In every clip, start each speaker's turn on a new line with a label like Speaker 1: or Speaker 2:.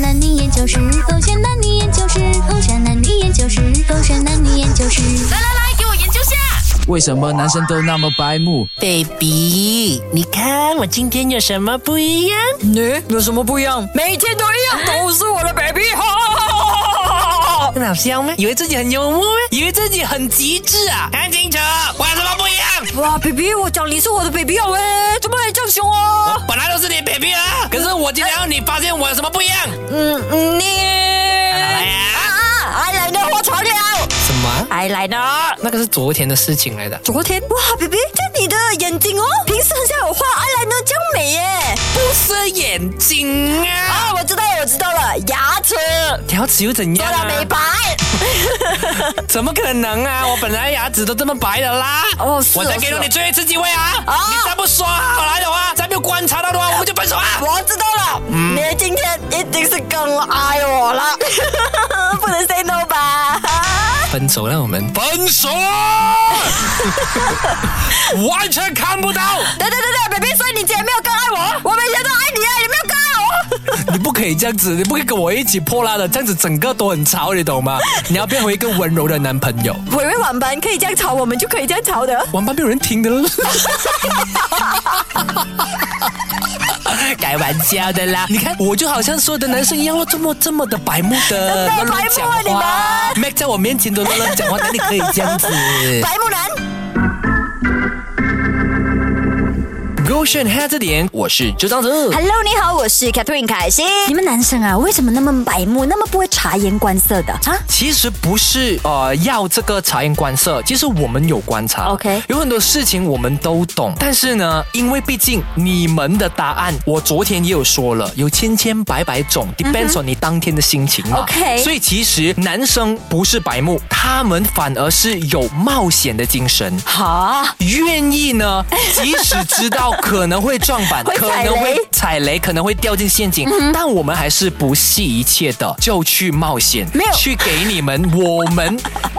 Speaker 1: 男女研究室，狗选男女研究室，狗选男女研究室，狗选男女研究室。
Speaker 2: 来来来，给我研究下。
Speaker 3: 为什么男生都那么白目？
Speaker 4: baby，你看我今天有什么不一样？哎
Speaker 5: 你有什么不一样？每天都一样，都是我的 baby。
Speaker 4: 很好笑吗？以为自己很幽默吗？以为自己很极致啊？看清楚，我有什么不一样？
Speaker 5: 哇，baby，我讲你是我的 baby 哦，喂，怎么你这样凶哦？
Speaker 4: 本来都是你 baby 啊，可是我今天让你发现我有什么不一样？
Speaker 5: 嗯嗯，你
Speaker 4: 来
Speaker 5: 啊
Speaker 4: 呀、
Speaker 5: 啊，艾莱呢？我长了，
Speaker 4: 什么？
Speaker 5: 艾莱呢？
Speaker 4: 那个是昨天的事情来的。
Speaker 5: 哎昨天哇，baby，这你的眼睛哦，平时很少有画，艾莱呢这样美耶。
Speaker 4: 不是眼睛啊！
Speaker 5: 啊，我知道了，我知道了，牙齿
Speaker 4: 牙齿又怎
Speaker 5: 做
Speaker 4: 样
Speaker 5: 了
Speaker 4: 啊？
Speaker 5: 美白。
Speaker 4: 怎么可能 啊！我本来牙齿都这么白的啦。
Speaker 5: 哦是哦
Speaker 4: 我再给了你最后一次机会啊！
Speaker 5: 哦
Speaker 4: 你再不说好来的话，再没有观察到的话，我们就分手啊！
Speaker 5: 我知道了，你今天一定是更爱我了， 不能 say no 吧？
Speaker 4: 分手，让我们分手，啊 完全看不到，
Speaker 5: 对对对对，baby，所以你今天没有更爱我，我每天都爱你啊，你没有更爱我。
Speaker 4: 你不可以这样子，你不可以跟我一起破烂的，这样子整个都很潮，你懂吗？你要变回一个温柔的男朋友，
Speaker 5: 伟伟晚班可以这样吵，我们就可以这样吵的。
Speaker 4: 王八没有人听的了。开玩笑的啦，你看我就好像所有的男生一样咯，这么这么的白目
Speaker 5: 真
Speaker 4: 的，
Speaker 5: 的白目啊你们
Speaker 4: Mac 在我面前都乱乱讲话，哪里可以这样子？
Speaker 5: 白木兰，
Speaker 4: 勾选 h 这点，我是周章泽。
Speaker 6: Hello，你好，我是 Catherine 凯欣。
Speaker 1: 你们男生啊，为什么那么白目，那么不会察言观色的啊？
Speaker 4: 其实不是呃要这个察言观色，其实我们有观察
Speaker 1: OK
Speaker 4: 有很多事情我们都懂，但是呢，因为毕竟你们的答案，我昨天也有说了，有千千百百种，depends on 你当天的心情嘛
Speaker 1: 嗯 OK
Speaker 4: 所以其实男生不是白目，他们反而是有冒险的精神，
Speaker 1: 好，
Speaker 4: 愿意呢，即使知道可能会撞板，
Speaker 1: 会
Speaker 4: 可
Speaker 1: 踩雷
Speaker 4: 能会踩雷，可能会掉进陷阱，但我们还是不惜一切的就去冒险，
Speaker 1: 没有
Speaker 4: 去给你们我们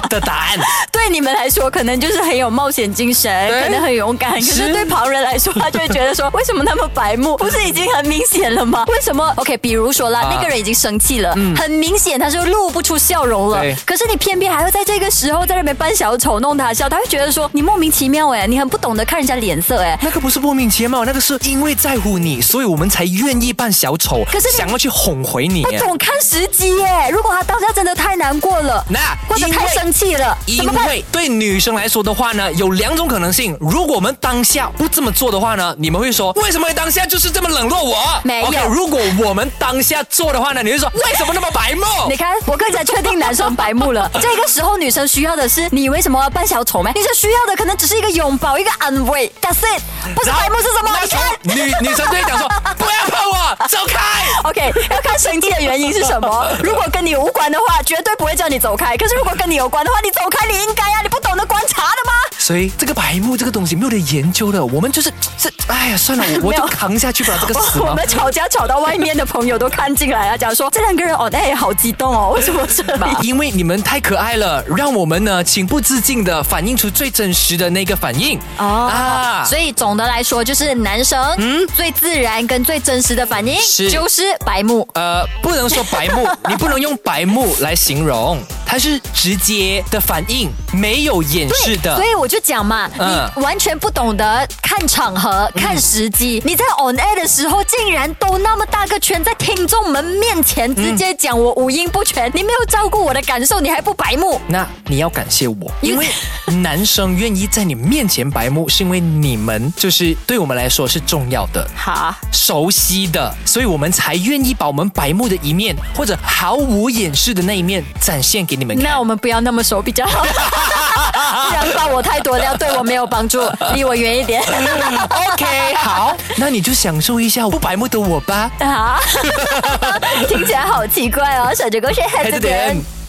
Speaker 4: 的答案。
Speaker 6: 对你们来说，可能就是很有冒险精神，
Speaker 4: 对
Speaker 6: 可能很勇敢。可
Speaker 4: 是
Speaker 6: 是对旁人来说，他就会觉得说，为什么那么白目？不是已经很明显了吗？为什么？OK，比如说啦，
Speaker 4: 啊
Speaker 6: 那个人已经生气了，
Speaker 1: 嗯
Speaker 6: 很明显他就露不出笑容了
Speaker 4: 对。
Speaker 6: 可是你偏偏还会在这个时候在那边扮小丑弄他笑，他会觉得说你莫名其妙哎，你很不懂得看人家脸色哎。
Speaker 4: 那个不是莫名其妙，那个是因为在乎你，所以我们才愿意扮小丑，
Speaker 6: 可是你
Speaker 4: 想要去哄回你。
Speaker 6: 不懂看时机耶！如果他当下真的太难过了，
Speaker 4: 那
Speaker 6: 或者
Speaker 4: 因为
Speaker 6: 太生气了，
Speaker 4: 因
Speaker 6: 怎么办？
Speaker 4: 为对女生来说的话呢，有两种可能性。如果我们当下不这么做的话呢，你们会说为什么当下就是这么冷落我？
Speaker 6: 没有
Speaker 4: OK，如果我们当下做的话呢，你会说为什么那么白目？
Speaker 6: 你看，我更加确定男生白目 了。这个时候，女生需要的是你为什么要扮小丑吗？女生需要的可能只是一个拥抱，一个安慰。That's it，不是
Speaker 4: 然后
Speaker 6: 白目是什么？
Speaker 4: 那
Speaker 6: 你
Speaker 4: 时候
Speaker 6: 看。
Speaker 4: 女女生就会 讲说不要碰我，走开。
Speaker 6: OK，要看生气的原因是什 么。如果跟你无关的话，绝对不会叫你走开。可是如果跟你有关的话，你走开，你应该啊，你不懂得观察的吗？
Speaker 4: 所以这个白目这个东西没有人研究的，我们就是是哎呀算了， 我我
Speaker 6: 没有
Speaker 4: 就扛下去吧，这个死
Speaker 6: 我
Speaker 4: 毛
Speaker 6: 们吵架吵到外面的朋友都看进来了，啊讲说这两个人哦，哎，好激动哦，为 什么这样？
Speaker 4: 因为你们太可爱了，让我们呢情不自禁的反映出最真实的那个反应
Speaker 6: 哦
Speaker 4: 啊
Speaker 6: 所以总的来说，就是男生最自然跟最真实的反应
Speaker 4: 嗯是
Speaker 6: 就是白目。
Speaker 4: 呃，不能说白目，你不能用白目来形容，它是直接的反应，没有掩饰的
Speaker 6: 所。以我就讲嘛，
Speaker 4: 嗯
Speaker 6: 你完全不懂得看场合、看时机。你在 on air 的时候，竟然兜那么大个圈，在听众们面前
Speaker 4: 嗯
Speaker 6: 直接讲我五音不全，你没有照顾我的感受，你还不白目？
Speaker 4: 那你要感谢我，
Speaker 6: 因
Speaker 4: 因为
Speaker 6: 为
Speaker 4: 男生愿意在你面前白目，是因为你们就是对我们来说是重要的、
Speaker 6: 好，
Speaker 4: 熟悉的，所以我们才愿意把我们白目的一面或者毫无掩饰的那一面展现给你 们看。
Speaker 6: 那我们不要那么熟比较好。不然爆我太多料，对我没有帮助，离我远一点。
Speaker 4: OK，好，那你就享受一下不白目的我吧。
Speaker 6: 啊，听起来好奇怪哦，小九狗血黑
Speaker 4: 开
Speaker 6: 着
Speaker 4: 着
Speaker 6: 点
Speaker 4: 点。。